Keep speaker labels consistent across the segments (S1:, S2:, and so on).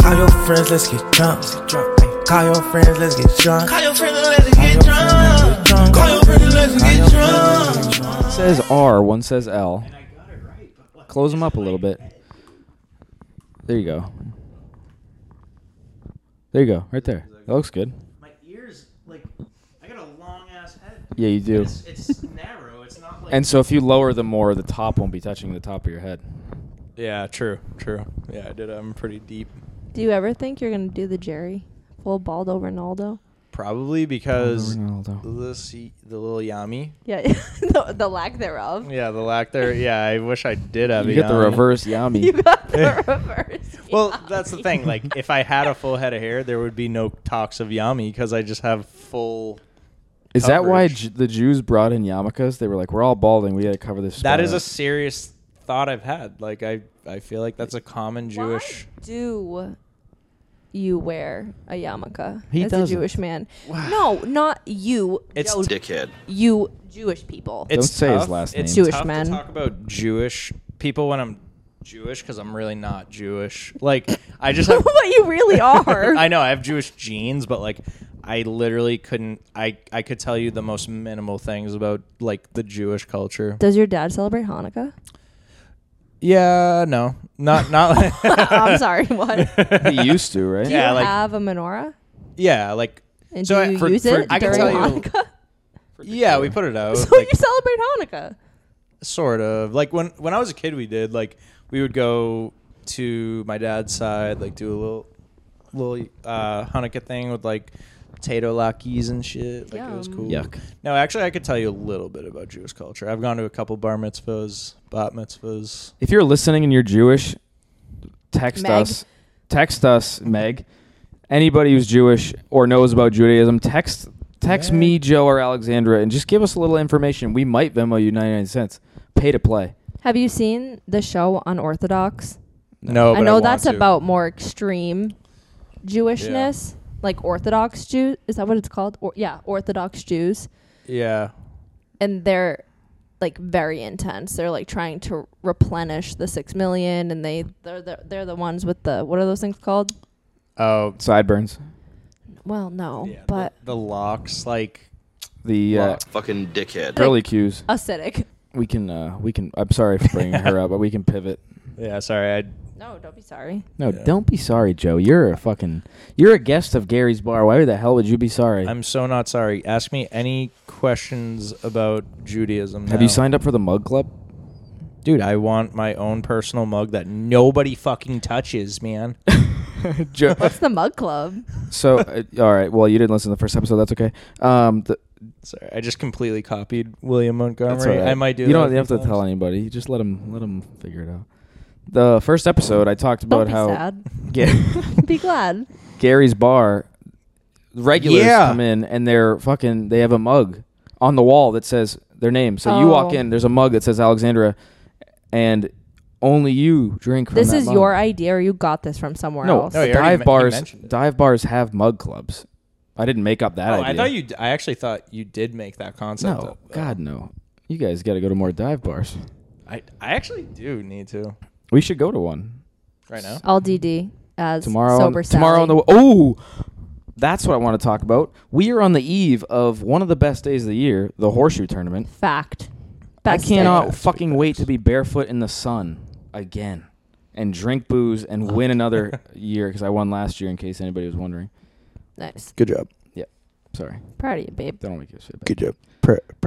S1: Call your friends, let's get drunk. Call your friends, let's get drunk.
S2: Call your friends and let's get drunk. Call your friends and let's get drunk.
S3: One says R, one says L. Close them up a little bit. There you go. There you go, right there. That looks good.
S2: My ears, like, I got a long ass head.
S3: Yeah, you do.
S2: It's, it's narrow. It's not like.
S3: And so if you lower them more, the top won't be touching the top of your head.
S4: Yeah, true, true. Yeah, I did. I'm pretty deep.
S5: Do you ever think you're gonna do the Jerry, full bald Ronaldo?
S4: Probably because
S3: Ronaldo.
S4: this the little yummy.
S5: Yeah, the, the lack thereof.
S4: Yeah, the lack there. Yeah, I wish I did have.
S3: You
S4: a
S3: get the
S4: yummy.
S3: reverse
S5: You
S3: yami.
S5: got the reverse.
S4: Well,
S5: Yami.
S4: that's the thing. Like, if I had a full head of hair, there would be no talks of yummy because I just have full.
S3: Is that why
S4: coverage.
S3: J- the Jews brought in yarmulkes? They were like, we're all balding. We got to cover this.
S4: That is
S3: spot
S4: a
S3: up."
S4: serious thought I've had. Like, I I feel like that's a common Jewish.
S5: Why do you wear a yarmulke
S3: He
S5: as
S3: doesn't.
S5: a Jewish man? No, not you.
S4: It's
S5: yo,
S2: Dickhead.
S5: you Jewish people.
S4: It's
S3: say his
S4: tough.
S3: last
S4: It's
S3: name.
S5: Jewish
S4: tough
S5: man.
S4: To talk about Jewish people when I'm Jewish because I'm really not Jewish. Like, I just have.
S5: but you really are.
S4: I know I have Jewish genes, but like I literally couldn't. I I could tell you the most minimal things about like the Jewish culture.
S5: Does your dad celebrate Hanukkah?
S4: Yeah, no, not not.
S5: I'm sorry. What?
S3: he used to, right?
S5: Do
S4: Yeah,
S5: you
S4: like-
S5: have a menorah?
S4: yeah, like
S5: And
S4: So I-
S5: do you
S4: for-
S5: use
S3: for-
S5: it
S4: I can
S5: during
S4: tell you-
S5: Hanukkah?
S4: yeah, we put it out.
S5: so
S4: like,
S5: you celebrate Hanukkah.
S4: sort of like when when I was a kid, we did like we would go to my dad's side, like do a little little uh, Hanukkah thing with like potato lockies and shit. Like it was
S5: Yum.
S4: cool.
S3: Yuck.
S4: No, actually, I could tell you a little bit about Jewish culture. I've gone to a couple bar mitzvahs, bat mitzvahs.
S3: If you're listening and you're Jewish, text
S5: Meg.
S3: us. Text us, Meg. Anybody who's Jewish or knows about Judaism, text text me, Joe or Alexandra, and just give us a little information. We might Venmo you 99 cents. Pay to play.
S5: Have you seen the show Unorthodox?
S3: Oh,
S4: No,
S5: I know that's about more extreme Jewishness, like Orthodox Jew. Is that what it's called? Or, yeah, Orthodox Jews,
S4: Yeah,
S5: and they're like very intense. They're like trying to replenish the six million, and they they're the, they're the ones with the what are those things called?
S4: oh,
S3: Sideburns.
S5: Well, no,
S4: yeah,
S5: Oh, but
S4: the, the locks, like
S3: The uh,
S4: Lock.
S2: Fucking dickhead.
S3: girly cues.
S5: acidic.
S3: We can. Uh, we can. I'm sorry for bringing her up, but we can pivot.
S4: yeah. Sorry, I
S5: No, don't be sorry.
S3: No,
S4: Yeah.
S3: don't be sorry, Joe. You're a fucking. You're a guest of Gary's bar. Why the hell would you be sorry?
S4: I'm so not sorry. Ask me any questions about Judaism.
S3: Have you
S4: now.
S3: signed up for the mug club?
S4: Dude, I want my own personal mug that nobody fucking touches, man.
S3: Joe,
S5: What's the mug club?
S3: So, uh, all right. Well, you didn't listen to the first episode. That's okay. Um, the,
S4: Sorry, I just completely copied William Montgomery.
S3: that's all right.
S4: I might do.
S3: You don't
S4: that
S3: you have to
S4: sometimes.
S3: tell anybody. You just let them let them figure it out. The first episode, I talked
S5: Don't
S3: about
S5: be
S3: how
S5: sad.
S3: Ga-
S5: be glad.
S3: Gary's bar regulars
S4: Yeah.
S3: come in and they're fucking. They have a mug on the wall that says their name. So you walk
S5: Oh.
S3: in. There's a mug that says Alexandra, and only you drink. From
S5: This
S3: that
S5: is
S3: mug.
S5: your idea, or you got this from somewhere
S3: no.
S5: else?
S4: No, you already men-
S3: dive
S4: you
S3: bars.
S4: mentioned it.
S3: Dive bars have mug clubs. I didn't make up that
S4: Oh,
S3: idea.
S4: I thought you. d- I actually thought you did make that concept.
S3: No,
S4: up, though.
S3: God no. You guys got to go to more dive bars.
S4: I I actually do need to
S3: We should go to one
S4: right now.
S5: All DD as
S3: tomorrow.
S5: Sober
S3: on, tomorrow on
S5: Sally.
S3: the oh, that's what I want to talk about. We are on the eve of one of the best days of the year, the horseshoe tournament.
S5: fact.
S3: I
S5: Best
S3: cannot
S5: day.
S3: fucking wait to be barefoot in the sun again and drink booze and win another year because I won last year. In case anybody was wondering,
S5: Nice.
S4: Good job.
S3: sorry,
S5: Proud of you, babe.
S3: that don't make you shit.
S4: Good job.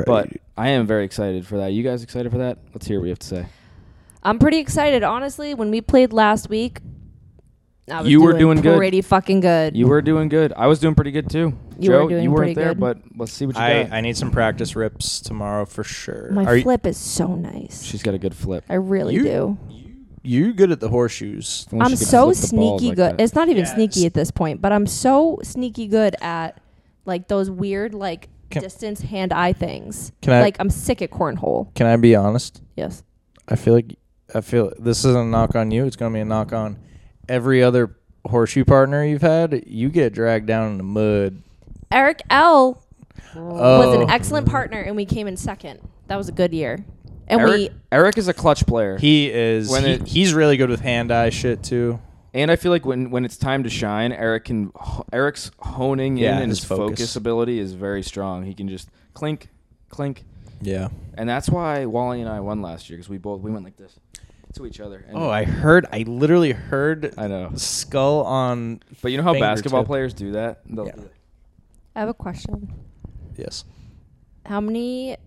S3: But I am very excited for that. You guys excited for that? Let's hear what you have to say.
S5: I'm pretty excited, honestly. When we played last week, I was
S3: You were doing good.
S5: pretty fucking good.
S3: You were doing good. I was doing pretty good too.
S5: You
S3: Joe,
S5: were doing
S3: you weren't
S5: pretty
S3: there,
S5: good.
S3: but let's see what you
S4: I,
S3: got.
S4: I need some practice rips tomorrow for sure.
S5: My
S4: Are you-
S5: flip is so nice.
S3: She's got a good flip.
S5: I really
S4: You-
S5: do.
S4: You, you good at the horseshoes?
S3: Unless
S5: I'm
S3: she
S5: so
S3: can flip the balls
S5: sneaky
S3: like
S5: good.
S3: that.
S5: It's not even
S4: Yeah,
S5: sneaky
S4: it's-
S5: at this point, but I'm so sneaky good at like those weird like
S4: Can-
S5: distance hand eye things.
S4: Can I-
S5: like I'm sick at cornhole.
S4: Can I be honest?
S5: Yes.
S4: I feel like I feel this isn't a knock on you. It's going to be a knock on every other horseshoe partner you've had. You get dragged down in the mud.
S5: Eric L was
S4: Oh.
S5: an excellent partner, and we came in second. That was a good year. And
S3: Eric,
S5: we
S3: Eric is a clutch player.
S4: He is.
S3: When
S4: he-
S3: it-
S4: he's really good with hand eye shit too.
S3: And I feel like when, when it's time to shine, Eric can Eric's honing
S4: Yeah,
S3: in and
S4: his
S3: his, focus.
S4: focus.
S3: ability is very strong. He can just clink, clink,
S4: Yeah.
S3: and that's why Wally and I won last year because we both we went like this to each other. And
S4: Oh, I heard. I literally heard.
S3: I know.
S4: Skull on.
S3: But you know how
S4: fingertip.
S3: basketball players do that? They'll-
S4: Yeah.
S5: I have a question.
S4: Yes.
S5: How many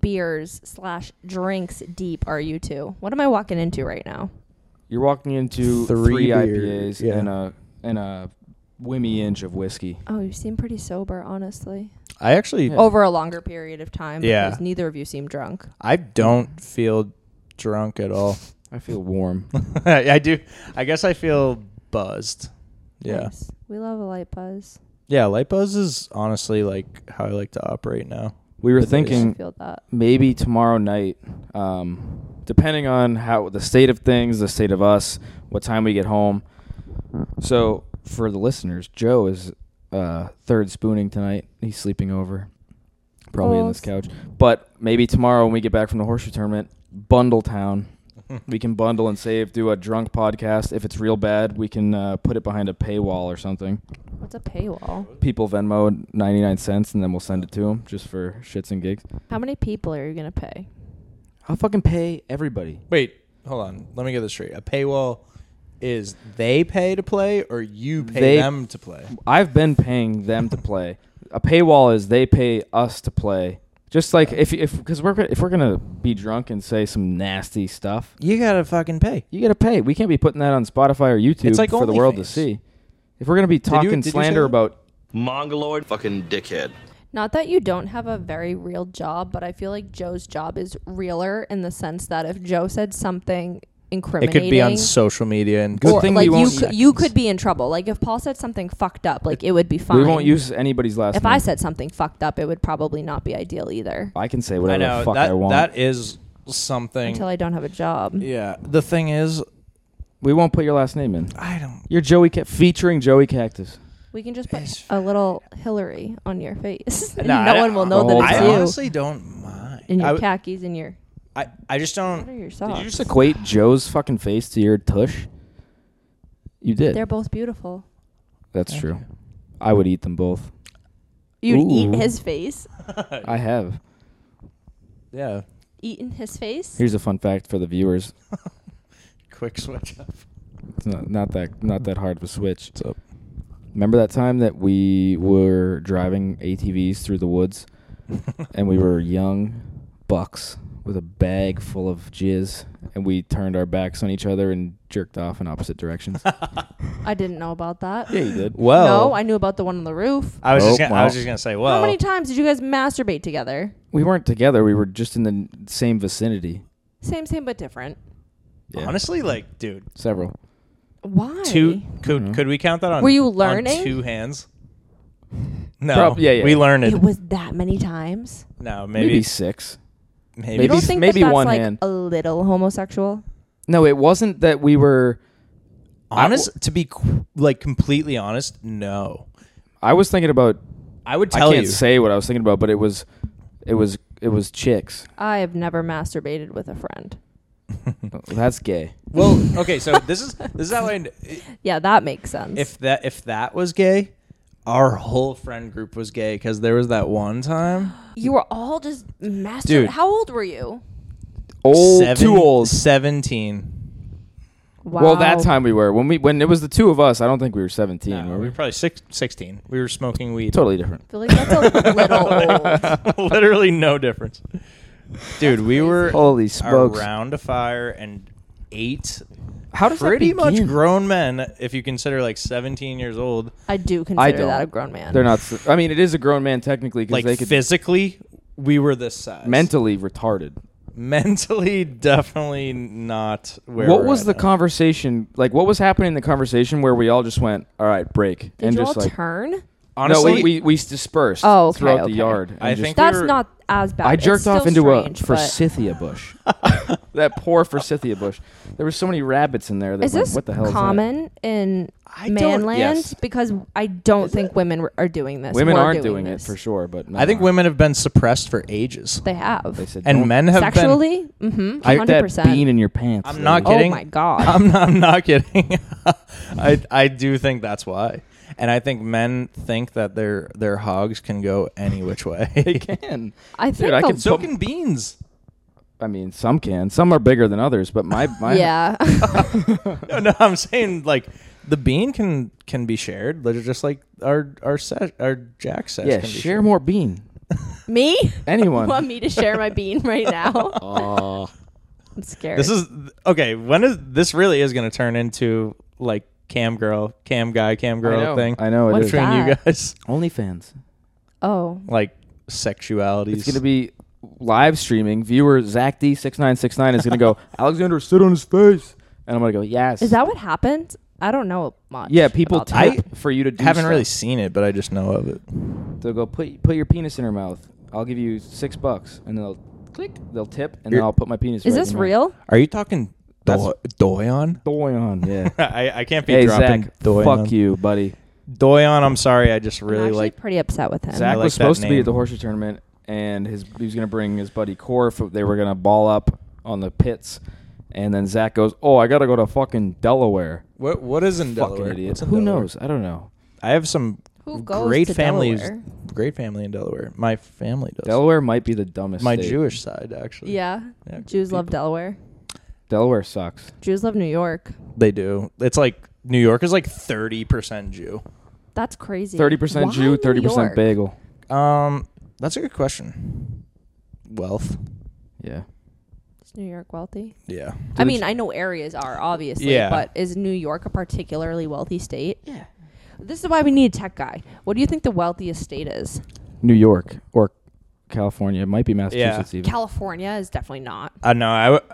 S5: beers slash drinks deep are you two? What am I walking into right now?
S3: You're walking into
S4: Three
S3: three,
S4: beers,
S3: IPAs
S4: yeah.
S3: and a and a whimmy inch of whiskey.
S5: Oh, you seem pretty sober, honestly.
S4: I actually.
S3: Yeah.
S5: Over a longer period of time.
S4: Yeah.
S5: Because neither of you seem drunk.
S4: I don't feel drunk at all.
S3: I feel warm.
S4: I I do. I guess I feel buzzed. Yeah.
S5: Nice. We love a light buzz.
S4: Yeah. Light buzz is honestly like how I like to operate now.
S3: We were
S4: It is.
S5: I
S3: thinking
S5: feel that.
S3: maybe tomorrow night, um, depending on how the state of things, the state of us, what time we get home. So for the listeners, Joe is uh, third spooning tonight. He's sleeping over, probably on this
S5: Balls.
S3: couch. But maybe tomorrow when we get back from the horseshoe tournament, Bundle Town, we can bundle and save. Do a drunk podcast. If it's real bad, we can uh, put it behind a paywall or something.
S5: What's a paywall?
S3: People Venmo ninety nine cents, and then we'll send it to them just for shits and gigs.
S5: How many people are you gonna pay?
S3: I'll fucking pay everybody.
S4: Wait. Hold on. Let me get this straight. A paywall is they pay to play or you pay
S3: They-
S4: them to play?
S3: I've been paying them to play. A paywall is they pay us to play. Just like if if because we're gonna- if we're gonna be drunk and say some nasty stuff,
S4: You gotta fucking pay.
S3: you gotta pay. We can't be putting that on Spotify or YouTube
S4: It's like
S3: for the world to
S4: OnlyFans.
S3: see. If we're gonna be talking
S4: did you say
S3: slander
S4: that?
S3: about,
S6: Mongoloid fucking dickhead.
S5: Not that you don't have a very real job, but I feel like Joe's job is realer in the sense that if Joe said something
S4: It
S5: incriminating,
S4: could be on social media and
S3: Good
S5: or,
S3: thing we
S5: like you,
S3: won't
S5: could,
S3: use-
S5: you could be in trouble. Like if Paul said something fucked up, like it would be fine.
S3: we won't use anybody's last
S5: If
S3: name.
S5: I said something fucked up, it would probably not be ideal either.
S3: I can say
S4: I
S3: whatever
S4: know
S3: the fuck
S4: that
S3: I want.
S4: that is something.
S5: Until I don't have a job.
S4: yeah. The thing is,
S3: we won't put your last name in.
S4: I don't.
S3: You're Joey Ca- featuring Joey Cactus.
S5: We can just put
S4: It's-
S5: a little Hillary on your face. and
S4: Nah, I
S5: no
S4: don't-
S5: one will
S3: the
S5: know
S3: whole
S5: that
S4: I
S5: it's
S3: time.
S5: you.
S4: honestly don't mind.
S5: in your
S4: I, w-
S5: khakis and your
S4: I, I just
S5: what are
S4: don't.
S5: your socks?
S3: Did you just equate Joe's fucking face to your tush? You did.
S5: They're both beautiful.
S3: That's true. I would eat them both.
S5: You'd
S3: Ooh.
S5: eat his face.
S3: I have.
S4: Yeah.
S5: Eaten his face.
S3: Here's a fun fact for the viewers.
S4: Quick switch up.
S3: It's not, not that not that hard of a switch.
S4: What's up?
S3: Remember that time that we were driving ATVs through the woods and we were young bucks with a bag full of jizz and we turned our backs on each other and jerked off in opposite directions.
S5: I didn't know about that.
S3: yeah, you did.
S4: Well,
S5: no, I knew about the one on the roof.
S4: I was
S3: Oh,
S4: just gonna, I was
S3: wow.
S4: just gonna say, well,
S5: How many times did you guys masturbate together?
S3: We weren't together. We were just in the n- same vicinity.
S5: Same, same, but different.
S3: Yeah.
S4: honestly, like, dude,
S3: Several.
S5: Why?
S4: two could
S3: Mhm.
S4: could we count that on?
S5: Were you
S4: on
S5: learning?
S4: two hands? No,
S3: Prob- yeah, yeah.
S4: we learned it.
S5: It was that many times.
S4: no,
S3: Maybe,
S4: maybe
S3: six.
S4: maybe.
S5: you don't
S3: s-
S5: think
S3: maybe
S5: that that's
S3: one
S5: like
S3: hand.
S5: a little homosexual?
S3: No, it wasn't that we were
S4: honest, to be qu- like completely honest, no.
S3: I was thinking about
S4: I would
S3: I
S4: tell
S3: can't
S4: you.
S3: say what I was thinking about, but it was it was it was chicks.
S5: I have never masturbated with a friend.
S3: That's gay.
S4: well, okay, so this is this is how I. kn-
S5: Yeah, that makes sense.
S4: If that if that was gay, our whole friend group was gay because there was that one time.
S5: you were all just masturbating.
S4: Dude.
S5: How old were you?
S3: Old,
S4: Seven-
S3: Oh, too old.
S4: Seventeen.
S5: Wow.
S3: Well, that time we were when we when it was the two of us. I don't think we were seventeen.
S4: No,
S3: were
S4: we
S3: we?
S4: were probably six, 16. We were smoking weed.
S3: totally different.
S5: I feel like that's a little old.
S4: Literally no difference. Dude, we were
S3: Holy smokes!
S4: around a fire and eight
S3: How does
S4: pretty
S3: that begin?
S4: much grown men, if you consider like 17 years old,
S5: I do consider
S3: I
S5: that
S3: don't.
S5: a grown man.
S3: They're not. s- I mean, it is a grown man technically because
S4: like
S3: they could
S4: physically, we were this size.
S3: mentally retarded.
S4: Mentally, definitely not where
S3: what
S4: we're
S3: was
S4: at
S3: the
S4: now.
S3: conversation like? What was happening in the conversation where we all just went, "All right, break,"
S5: Did
S3: and
S5: you all
S3: just like
S5: turn?
S3: no,
S4: Honestly,
S3: we, we we dispersed
S5: Oh, okay,
S3: throughout
S5: okay.
S3: the yard. and
S4: I
S3: just-
S4: think
S5: That's
S4: were-
S5: not as bad.
S3: I
S5: It's
S3: jerked
S5: still
S3: off into
S5: strange,
S3: a
S5: but-
S3: forsythia bush. that poor forsythia bush. There were so many rabbits in there. That
S5: Is
S3: like,
S5: this
S3: what the hell Is
S5: common in
S4: I don't-
S5: manland?
S4: yes.
S5: Because I don't think women were- are doing
S3: that?
S5: this.
S3: Women
S5: We're
S3: aren't doing, it
S5: this.
S3: for sure, but men
S4: I think
S3: are.
S4: women have been suppressed for ages,
S5: They have.
S3: They said,
S4: and
S3: "Don't
S4: men have been.
S5: Sexually, mm-hmm,
S3: I
S5: hundred
S3: that bean
S5: percent.
S3: in your pants.
S4: I'm not
S3: lady."
S5: Oh
S4: kidding.
S5: my god!
S4: I'm not, I'm not kidding. I I do think that's why, and I think men think that their their hogs can go any which
S3: They
S4: way.
S3: can.
S5: I think
S3: I
S5: a-
S3: can
S4: so can beans.
S3: I mean, some can. Some are bigger than others, but my my
S5: yeah,
S4: No, no, I'm saying like the bean can can be shared. They're just like our our set our jack sets.
S3: yeah.
S4: can be
S3: Share
S4: shared.
S3: more bean.
S5: me.
S3: Anyone.
S5: want me to share my bean right now? I'm scared.
S4: This is okay. When is this really is going to turn into like cam girl, cam guy, cam girl
S3: I know.
S4: thing?
S3: I know it
S5: What's
S3: is.
S4: between you
S5: that?
S4: guys,
S3: OnlyFans.
S5: oh,
S4: like sexuality.
S3: It's gonna be live streaming. Viewer Zach D six nine six nine is gonna go. Alexander sit on his face, and I'm gonna go. Yes.
S5: is that what happened? I don't know much.
S3: Yeah, people
S5: about that.
S3: type for you to do.
S4: haven't really
S3: stuff.
S4: seen it, but I just know of it.
S3: They'll go put put your penis in her mouth. I'll give you six bucks, and they'll click. They'll tip, and then
S4: You're-
S3: I'll put my penis.
S5: Is
S3: right
S5: this
S3: in your
S5: real?
S4: Are you talking
S3: That's-
S4: do- Doyon?
S3: Doyon, yeah.
S4: I, I can't be
S3: hey
S4: dropping
S3: Zach,
S4: Doyon.
S3: fuck you, buddy.
S4: Doyon. I'm sorry. I just
S5: I'm
S4: really
S5: actually
S4: like.
S5: pretty upset with him.
S3: Zach
S4: like
S3: was
S4: that
S3: supposed to be
S4: name.
S3: at the horseshoe tournament, and his he was gonna bring his buddy Corf. They were gonna ball up on the pits, and then Zach goes, "Oh, I gotta go to fucking Delaware."
S4: What what is in
S3: Fucking
S4: Delaware?
S3: idiots.
S4: What's in
S3: Who
S4: Delaware?
S3: knows? I don't know.
S4: I have some
S5: Who goes
S4: great
S5: to
S4: families.
S5: Delaware?
S4: Great family in Delaware. My family does.
S3: Delaware might be the dumbest.
S4: My
S3: state.
S4: Jewish side, actually.
S5: Yeah,
S4: Yeah,
S5: Jews love
S4: people-
S5: Delaware.
S3: Delaware sucks.
S5: Jews love New York.
S4: They do. It's like New York is like thirty percent Jew.
S5: That's crazy.
S3: Thirty percent
S5: Why
S3: Jew,
S5: New
S3: thirty
S5: York?
S3: percent bagel.
S4: Um, that's a good question. Wealth.
S3: Yeah.
S5: Is New York wealthy?
S4: Yeah.
S5: I mean, I know areas are obviously,
S4: Yeah.
S5: but is New York a particularly wealthy state? Yeah. This is why we need a tech guy. What do you think the wealthiest state is?
S3: New York or California. It might be Massachusetts even.
S5: California is definitely not.
S4: I know. I w-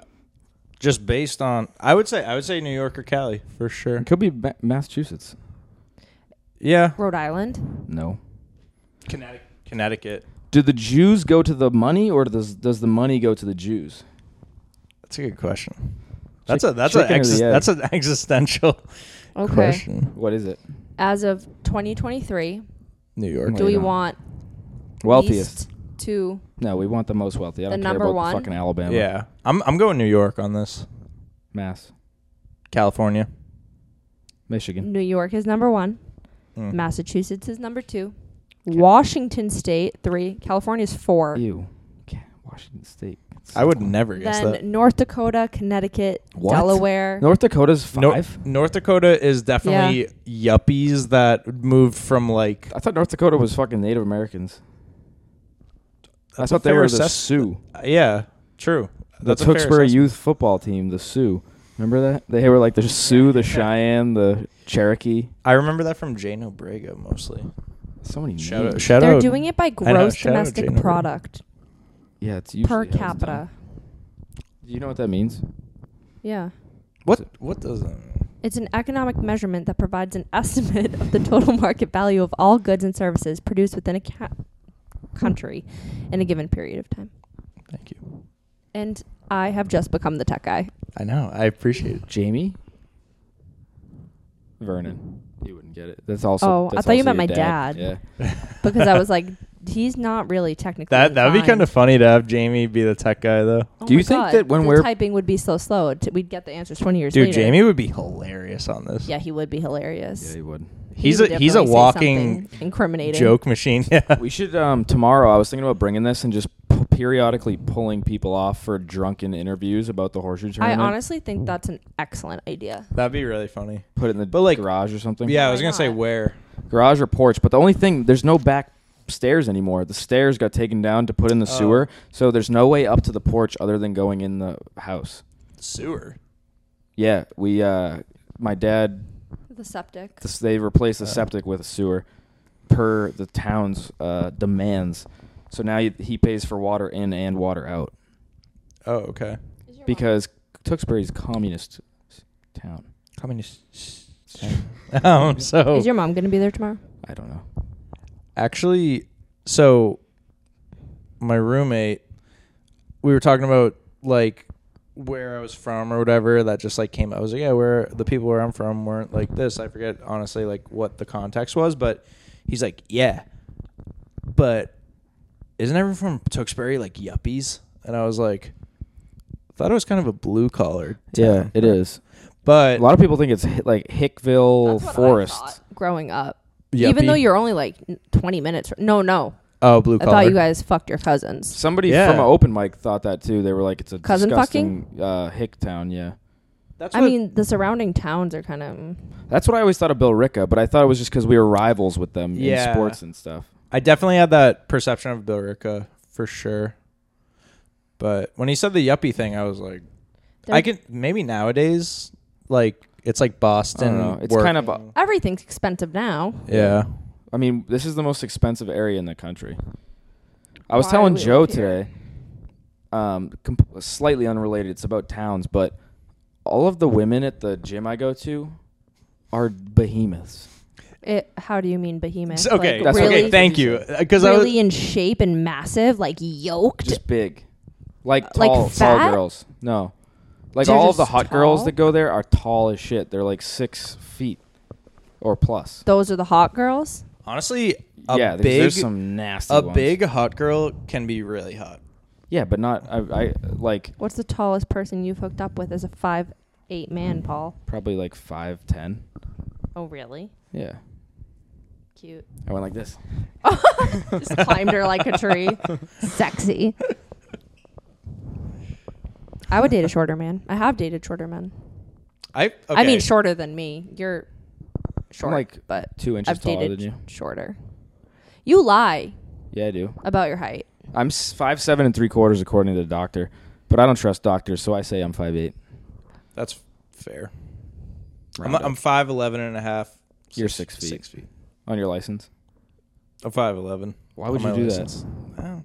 S4: just based on. I would say. I would say New York or Cali for sure.
S3: it could be Ma- Massachusetts.
S4: Yeah.
S5: Rhode Island.
S3: No.
S4: Connecticut. Connecticut.
S3: Do the Jews go to the money, or does does the money go to the Jews?
S4: That's a good question. That's
S3: Chick-
S4: a that's a
S3: chicken or the
S4: exis-
S3: egg?
S4: that's an existential
S5: Okay.
S4: question.
S3: What is it?
S5: As of 2023,
S4: New York.
S5: do we
S3: not.
S5: want
S3: Wealthiest.
S5: least to
S3: No, we want the most wealthy. I
S5: The
S3: don't care
S5: number
S3: about
S5: one?
S3: fucking Alabama.
S4: Yeah. I'm I'm going New York on this.
S3: Mass.
S4: California.
S3: Michigan.
S5: New York is number 1,
S4: Mm.
S5: Massachusetts is number 2, Washington state 3, California is 4.
S3: Ew. Ca- Washington State.
S4: I would never guess
S5: Then
S4: that.
S5: North Dakota, Connecticut,
S3: What?
S5: Delaware.
S3: North Dakota's
S4: Nor-
S3: five.
S4: North Dakota is definitely yuppies that moved from like
S3: I thought North Dakota was fucking Native Americans. I
S4: That's
S3: thought
S4: a
S3: they
S4: fair
S3: were the
S4: assess-
S3: Sioux.
S4: yeah, true.
S3: The
S4: a fair
S3: Tewksbury
S4: assessment.
S3: youth football team, the Sioux. Remember that? They were like the Sioux, the Cheyenne, the Cherokee.
S4: I remember that from Jane Obrego mostly.
S3: So many
S4: Shout
S3: names.
S4: out, shout
S5: They're
S4: out.
S5: doing it by
S4: know,
S5: gross
S4: shout out
S5: domestic
S4: Jane Obrego.
S5: product
S3: Yeah, it's usually
S5: per
S3: how it's done.
S5: capita.
S3: Do you know what that means?
S5: Yeah.
S4: what? What does it?
S5: It's an economic measurement that provides an estimate of the total market value of all goods and services produced within a ca- country in a given period of time.
S4: Thank you.
S5: And I have just become the tech guy.
S4: I know. I appreciate it.
S3: Jamie? Vernon. You wouldn't get it. That's also.
S5: Oh, I
S3: that's
S5: thought you
S3: also
S5: meant
S3: your
S5: my
S3: Yeah.
S5: dad. Because I was like, he's not really technically.
S4: That that would be
S5: inclined.
S4: kind of funny to have Jamie be the tech guy though.
S5: Oh
S3: Do you
S5: my
S3: think
S5: God,
S3: that when
S5: the
S3: we're-
S5: typing would be so slow, t- we'd get the answers twenty years
S4: Dude,
S5: later.
S4: Jamie would be hilarious on this.
S5: Yeah, he would be hilarious.
S3: Yeah, you would.
S5: He
S4: he's
S5: would
S4: a he's a
S5: definitely say
S4: walking
S5: something incriminating
S4: joke machine. Yeah.
S3: We should um tomorrow. I was thinking about bringing this and just p- periodically pulling people off for drunken interviews about the horseshoe
S5: I
S3: tournament.
S5: honestly think that's an excellent idea.
S4: That'd be really funny.
S3: put it in the
S4: But, like-
S3: garage or something.
S4: Yeah, I was
S5: Why
S4: gonna say
S5: not?
S4: where.
S3: garage or porch. But the only thing, there's no back stairs anymore. The stairs got taken down to put in the
S4: Oh.
S3: sewer, so there's no way up to the porch other than going in the house.
S4: Sewer.
S3: Yeah, we, uh, my dad,
S5: The septic.
S3: this, they replaced the septic with a sewer per the town's uh, demands. So now he, he pays for water in and water out
S4: Oh, okay.
S3: because Tewksbury's communist s- town.
S4: Communist. um. So
S5: Is your mom going to be there tomorrow?
S3: I don't know.
S4: actually so my roommate, we were talking about like where I was from or whatever. That just like came. I was like, yeah, where the people where I'm from weren't like this. I forget honestly like what the context was, but he's like, yeah, but isn't everyone from Tewksbury like yuppies? And I was like, I thought it was kind of a blue collar.
S3: Yeah, it is.
S4: But
S3: A lot of people think it's hi- like Hickville
S5: That's what I
S3: Forest.
S5: thought growing up.
S4: Yuppie?
S5: Even though you're only like 20 minutes. No, no.
S4: oh, blue
S5: I
S4: collar.
S5: thought you guys fucked your cousins.
S3: Somebody
S4: Yeah.
S3: from an open mic thought that too. They were like, "It's a
S5: Cousin
S3: disgusting uh, hick town." Yeah,
S4: That's
S5: I
S4: what-
S5: mean, the surrounding towns are kind of. mm,
S3: that's what I always thought of Bill Ricka, but I thought it was just because we were rivals with them
S4: Yeah.
S3: in sports and stuff.
S4: I definitely had that perception of Bill Rica for sure. But when he said the yuppie thing, I was like, I can maybe nowadays, like it's like
S3: I don't
S4: Boston.
S3: know. It's
S4: work-
S3: kind of. a-
S5: Everything's expensive now.
S4: yeah.
S3: I mean, this is the most expensive area in the country. I was
S5: Why
S3: telling
S5: we
S3: Joe
S5: live here.
S3: today, um, comp- slightly unrelated. It's about towns, but all of the women at the gym I go to are behemoths.
S5: It, how do you mean behemoth?
S4: okay,
S5: Like,
S3: that's
S5: really,
S4: okay. Thank you, because I
S5: Really
S4: was,
S5: in shape and massive, like yoked.
S3: just big, like
S5: like
S3: tall,
S5: fat?
S3: tall girls. No, like
S5: They're
S3: all of the
S5: just
S3: hot girls
S5: tall?
S3: that go there are tall as shit. They're like six feet or plus.
S5: Those are the hot girls.
S4: honestly a
S3: yeah, there's,
S4: big
S3: there's some nasty.
S4: a
S3: ones.
S4: big hot girl can be really hot.
S3: Yeah, but not I, I like
S5: What's the tallest person you've hooked up with as a five eight man, Paul?
S3: probably like five ten.
S5: Oh, really?
S3: Yeah,
S5: Cute.
S3: I went like this.
S5: Just climbed her like a tree. Sexy. I would date a shorter man. I have dated shorter men.
S4: I okay.
S5: I mean, shorter than me. You're short,
S3: like
S5: but
S3: two inches
S5: I've
S3: taller
S5: dated
S3: than you.
S5: Shorter. You lie
S3: Yeah, I do.
S5: about your height.
S3: I'm s- five seven and three quarters according to the doctor, but I don't trust doctors, so I say I'm five eight.
S4: That's fair. I'm,
S3: Round up.
S4: I'm five eleven and a half.
S3: You're six feet.
S4: Six feet.
S3: on your license.
S4: I'm five eleven.
S3: Why would you do that?
S4: that?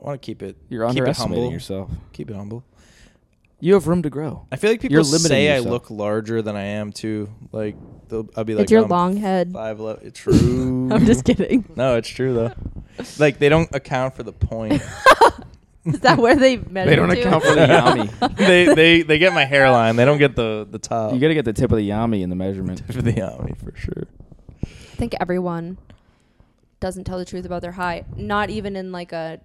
S4: I, want to keep it.
S3: You're
S4: keep it
S3: underestimating
S4: humble.
S3: yourself.
S4: Keep it humble.
S3: You have room to grow.
S4: I feel like people
S3: You're limiting
S4: say I
S3: yourself.
S4: look larger than I am too. Like they'll, I'll be like,
S5: it's your
S4: "I'm
S3: um,
S5: long head.
S4: five eleven. It's true.
S5: I'm just kidding.
S4: no, it's true though. Like they don't account for the point.
S5: Is that where they measure?
S3: They don't
S5: to?
S3: account for the yami.
S4: they they they get my hairline. They don't get the the top.
S3: You gotta get the tip of the yami in the measurement.
S4: for the army for sure.
S5: I think everyone doesn't tell the truth about their height, not even in like a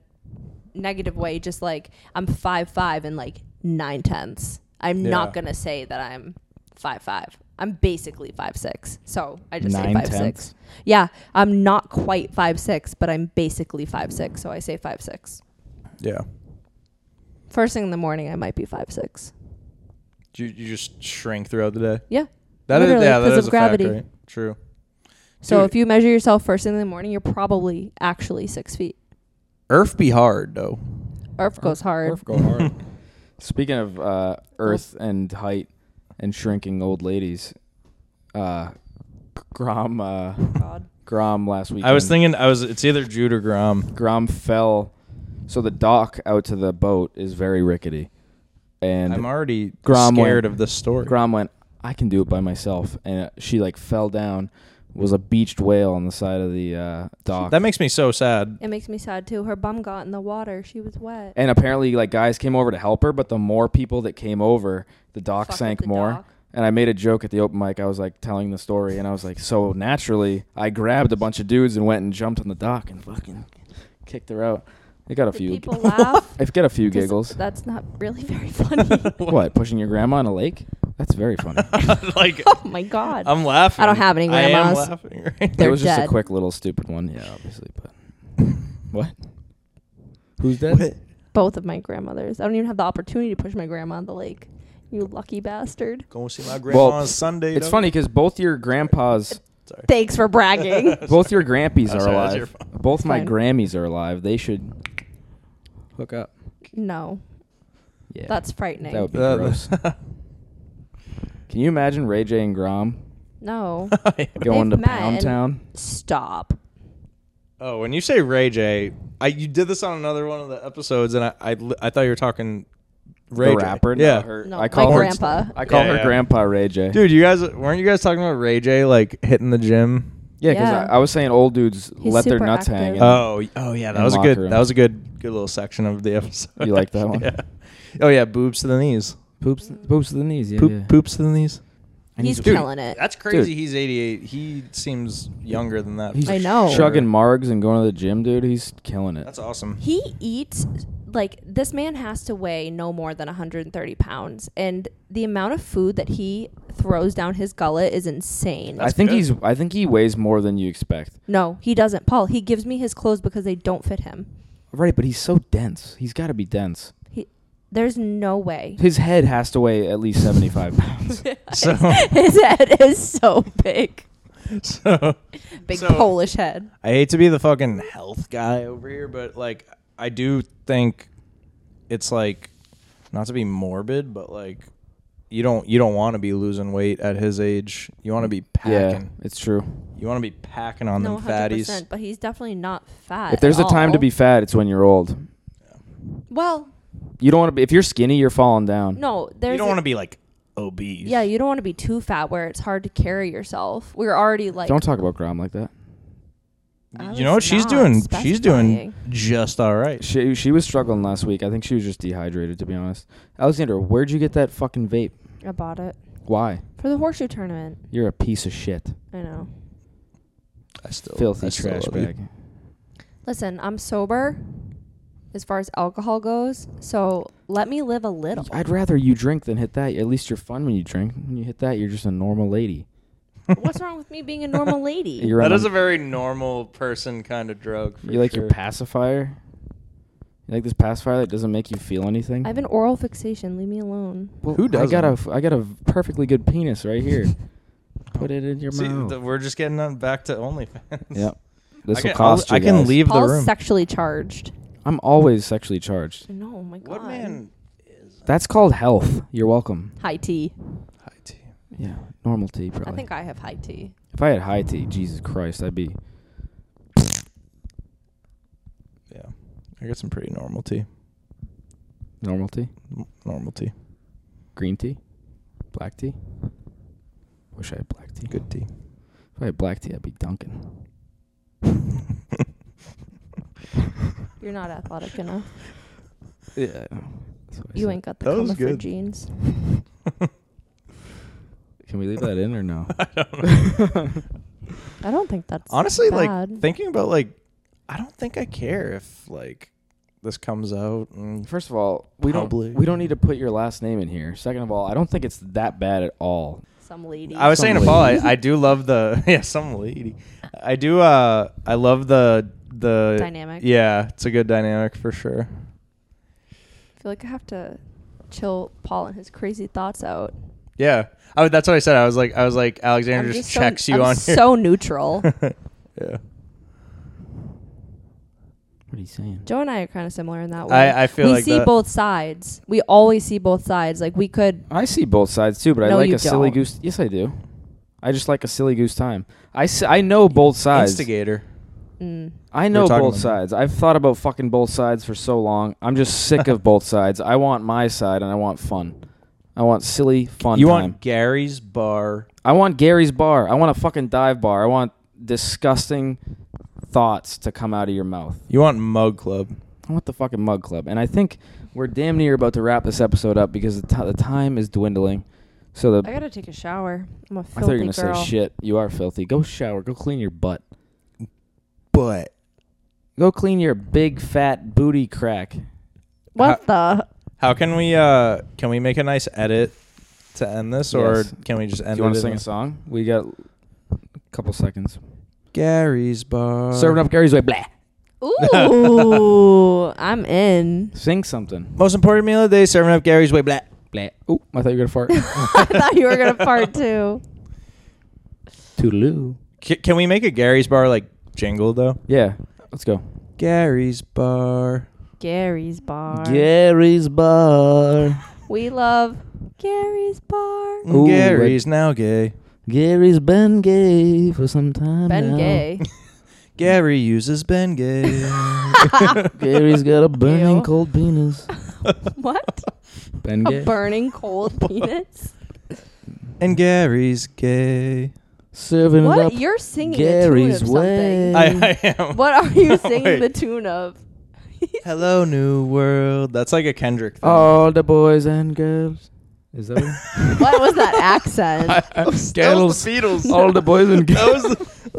S5: negative way. Just like I'm five five and like nine tenths. I'm
S4: Yeah.
S5: not gonna say that I'm five five. I'm basically five six, so I just say
S3: Nine
S5: five
S3: tenths?
S5: six. Yeah, I'm not quite five six, but I'm basically five six, so I say five six.
S4: Yeah.
S5: First thing in the morning, I might be five six.
S4: You, you just shrink throughout the day.
S5: Yeah.
S4: That is
S5: Literally,
S4: yeah. That
S5: 'cause
S4: is
S5: of
S4: a fact,
S5: gravity.
S4: right? True.
S5: So
S4: Dude.
S5: if you measure yourself first thing in the morning, you're probably actually six feet.
S4: Earth be hard though.
S5: Earth goes hard.
S3: Speaking of uh, Earth and height and shrinking old ladies, uh, Grom uh,
S5: God.
S3: Grom last week.
S4: I was thinking I was. It's either Jude or Grom.
S3: Grom fell, so the dock out to the boat is very rickety, and
S4: I'm already
S3: Grom
S4: scared
S3: went-
S4: of this story.
S3: Grom went, "I can do it by myself," and uh, she like fell down, was a beached whale on the side of the uh, dock.
S4: That makes me so sad.
S5: It makes me sad too. Her bum got in the water. She was wet.
S3: and apparently like guys came over to help her but the more people that came over the dock
S5: Fuck with
S3: sank
S5: the
S3: more
S5: dock.
S3: and i made a joke at the open mic i was like telling the story and i was like so naturally i grabbed a bunch of dudes and went and jumped on the dock and fucking kicked her out it got a
S5: Did
S3: few
S5: people laugh?
S3: i've got a few
S5: 'Cause
S3: giggles
S5: That's not really very funny.
S3: what pushing your grandma in a lake that's very funny
S4: like
S5: oh my god.
S4: I'm laughing.
S5: I don't have any
S4: I am
S5: grandmas.
S4: laughing, right?
S5: They're
S3: Um, it was just
S5: dead.
S3: a quick little stupid one yeah obviously but what who's dead
S5: Both of my grandmothers. I don't even have the opportunity to push my grandma in the lake. You lucky bastard.
S4: Go see my grandma on Sunday.
S3: it's
S4: though.
S3: funny because both your grandpas
S4: Sorry.
S5: Thanks for bragging.
S3: Both your grampies
S4: Oh,
S3: are
S4: sorry, that's your
S3: alive.
S4: fault.
S3: Both my
S5: Fine.
S3: Grammys are alive. They should hook up.
S5: no,
S3: Yeah,
S5: that's frightening.
S3: that would be
S4: Uh,
S3: gross. Can you imagine Ray J and Grom
S5: no.
S3: going
S5: They've
S3: to
S5: met
S3: Pound
S5: and-
S3: Town?
S5: Stop.
S4: oh, when you say Ray J, I you did this on another one of the episodes, and I I, li- I thought you were talking Ray
S3: the
S4: J.
S3: rapper?
S4: Yeah,
S3: no, her,
S5: No,
S3: I call
S5: my
S3: her
S5: grandpa.
S3: I call
S4: Yeah,
S3: her
S4: yeah.
S3: Grandpa Ray J.
S4: dude, you guys weren't you guys talking about Ray J like hitting the gym?
S3: Yeah, because
S5: Yeah.
S3: I, I was saying old dudes
S5: He's
S3: let their
S5: super
S3: nuts
S5: active.
S3: hang. and-
S4: Oh, y- oh yeah, that
S3: And
S4: was a
S3: locker
S4: good.
S3: room.
S4: That was a good, good little section of the episode.
S3: You like that one?
S4: Yeah. Oh yeah, boobs to the knees.
S3: poops, poops to the knees. Yeah,
S4: Poop,
S3: yeah.
S4: Poops to the knees.
S3: And
S5: He's
S3: he's-
S5: killing it.
S4: That's
S3: crazy
S4: crazy.
S3: Dude.
S4: He's 88. He seems younger than that.
S3: He's
S5: I know.
S3: chugging margs and going to the gym, dude. He's killing it.
S4: That's awesome.
S5: He e eats like this man has to weigh no more than 130 pounds, and the amount of food that he throws down his gullet is insane.
S3: I
S4: That's
S3: think
S4: good.
S3: he's. I think he weighs more than you expect.
S5: no, he doesn't. Paul, he gives me his clothes because they don't fit him.
S3: Right, but he's so dense. He's got to be dense.
S5: He, there's no way.
S3: His head has to weigh at least seventy-five pounds.
S4: So,
S5: his head is so big.
S4: so
S5: Big
S4: So-
S5: Polish head.
S4: I hate to be the fucking health guy over here, but like I do think it's like not to be morbid, but like you don't you don't want to be losing weight at his age. You want to be
S3: yeah,
S4: packing.
S3: it's true.
S4: You want to be packing on
S5: No, 100%,
S4: them fatties.
S5: but he's definitely not fat.
S3: If there's a
S5: at
S3: time to
S5: all.
S3: be fat, it's when you're old.
S5: Well,
S3: You don't want to be. If you're skinny, you're falling down.
S5: no, there's
S4: You don't
S5: a-
S4: want to be like obese.
S5: Yeah, you don't want to be too fat where it's hard to carry yourself. We're already like
S3: don't talk about Grom like that.
S5: I
S4: you know what
S5: was
S4: she's
S5: not
S4: doing? She's doing
S5: specifying.
S4: just all right.
S3: She she was struggling last week. I think she was just dehydrated, to be honest. Alexander, where'd you get that fucking vape?
S5: I bought it
S3: Why?
S5: for the horseshoe tournament.
S3: You're a piece of shit,
S5: I know.
S4: I still
S3: filthy
S4: I still
S3: trash
S4: love you.
S3: bag.
S5: Listen, I'm sober as far as alcohol goes, so let me live a little.
S3: I'd rather you drink than hit that. At least you're fun when you drink. When you hit that, you're just a normal lady.
S5: What's wrong with me being a normal lady?
S3: You're
S4: That
S3: on
S4: is
S3: a-
S4: a very normal person kind of drug. for
S3: you like
S4: sure.
S3: your pacifier. You like this pacifier that doesn't make you feel anything.
S5: I have an oral fixation. Leave me alone.
S3: Well,
S4: Who
S3: I got a f-
S4: doesn't?
S3: I got a perfectly good penis right here. Put it in your
S4: See,
S3: mouth.
S4: th- we're just getting on back to OnlyFans.
S3: Yep.
S4: I
S3: This will
S4: can-
S3: cost
S4: I'll-
S3: you
S4: I can
S3: guys.
S4: leave the
S5: Paul's
S4: room.
S5: sexually charged.
S3: I'm always sexually charged.
S5: No, oh my god.
S4: What man?
S3: That's called health. You're welcome.
S5: High tea.
S4: High tea.
S3: Yeah, normal tea
S5: I
S3: probably.
S5: think I have high tea.
S3: if I had high tea, Jesus Christ, I'd be.
S4: Yeah, I got some pretty normal tea.
S3: Normal tea?
S4: M- Normal tea.
S3: Green tea? Black tea? Wish I had black tea.
S4: Good tea.
S3: If I had black tea, I'd be dunking.
S5: You're not athletic enough.
S3: Yeah. That's what I
S5: You
S3: said.
S5: ain't got the
S4: That was
S5: coma for
S4: good.
S5: jeans.
S3: Can we leave that in or no?
S5: I don't think that's
S4: Honestly, like
S5: bad.
S4: thinking about like, I don't think I care if like this comes out. And
S3: First of all, we
S4: Probably.
S3: don't we don't need to put your last name in here. Second of all, I don't think it's that bad at all.
S5: some lady.
S4: I was saying to
S3: Some
S4: Paul, I, I do love the yeah some lady. I do. Uh, I love the the
S5: Dynamic.
S4: Yeah, it's a good dynamic for sure.
S5: I feel like I have to chill Paul and his crazy thoughts out.
S4: Yeah, I, would- that's what I said. I was like, I was like, Alexander
S5: I'm
S4: just,
S5: so-
S4: checks you
S5: I'm
S4: on
S5: so neutral.
S4: here. Yeah.
S3: What are you saying?
S5: Joe and I are kind of similar in that way.
S4: I- I feel
S5: we
S4: like
S5: see
S4: that.
S5: both sides. We always see both sides. Like we could.
S3: I see both sides too, but
S5: No,
S3: I like a
S5: you
S3: silly
S5: don't.
S3: goose. Yes, I do. I just like a silly goose time. I, s- I know both sides.
S4: Instigator.
S5: Mm,
S3: I know
S4: We're talking
S3: both
S4: about that.
S3: sides. I've thought about fucking both sides for so long. I'm just sick of both sides. I want my side and I want fun. I want silly fun.
S4: you
S3: time.
S4: want Gary's bar?
S3: I want Gary's bar. I want a fucking dive bar. I want disgusting thoughts to come out of your mouth.
S4: You want Mug Club?
S3: I want the fucking mug club. And I think we're damn near about to wrap this episode up because the, t- the time is dwindling. So the
S5: I gotta take a shower. I'm a filthy
S3: I thought you were gonna
S5: girl.
S3: say shit. You are filthy. Go shower. Go clean your butt.
S4: But
S3: Go clean your big fat booty crack.
S5: What the?
S4: how can we? uh Can we make a nice edit to end this, or
S3: Yes.
S4: can we just end?
S3: Do you want
S4: it
S3: to
S4: in
S3: sing
S4: a-
S3: a song? We got a couple seconds.
S4: Gary's bar?
S3: Uh, Serving up Gary's way. Blah.
S5: Ooh, I'm in.
S3: Sing something.
S4: Most important meal of the day. Serving up Gary's way. Blah.
S3: Blah. Oh, I thought you were gonna fart.
S5: I thought you were gonna part two.
S3: Toodaloo.
S4: C- can we make a Gary's bar like jingle though?
S3: Yeah, let's go.
S4: Gary's bar.
S5: Gary's bar.
S3: Gary's bar.
S5: We love Gary's bar.
S3: Ooh,
S4: Gary's now gay.
S3: Gary's been gay for some time
S5: Ben
S3: now.
S5: Gay.
S4: Gary uses Bengay.
S3: Gary's got a burning
S5: Ew.
S3: cold penis.
S5: What?
S3: Ben
S5: A
S3: gay.
S5: burning cold penis.
S4: and Gary's gay.
S3: Serving it up
S5: What? You're singing
S3: Gary's
S5: a tune of something.
S3: way.
S4: I, I am.
S5: What are you singing
S4: Wait.
S5: the tune of?
S4: Hello, New World. That's like a Kendrick thing.
S3: All the boys and girls. Is that
S5: What was that accent?
S4: That was
S3: Girls. All the boys and
S4: That
S3: girls.
S4: was the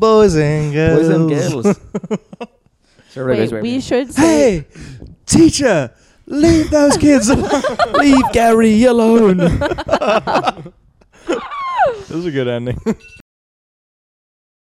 S4: boys and girls.
S3: Boys and girls. So everybody
S5: Wait,
S3: goes right
S5: we
S3: here.
S5: should say
S4: Hey, teacher, leave those kids alone.
S3: leave Gary alone.
S4: this is a good ending.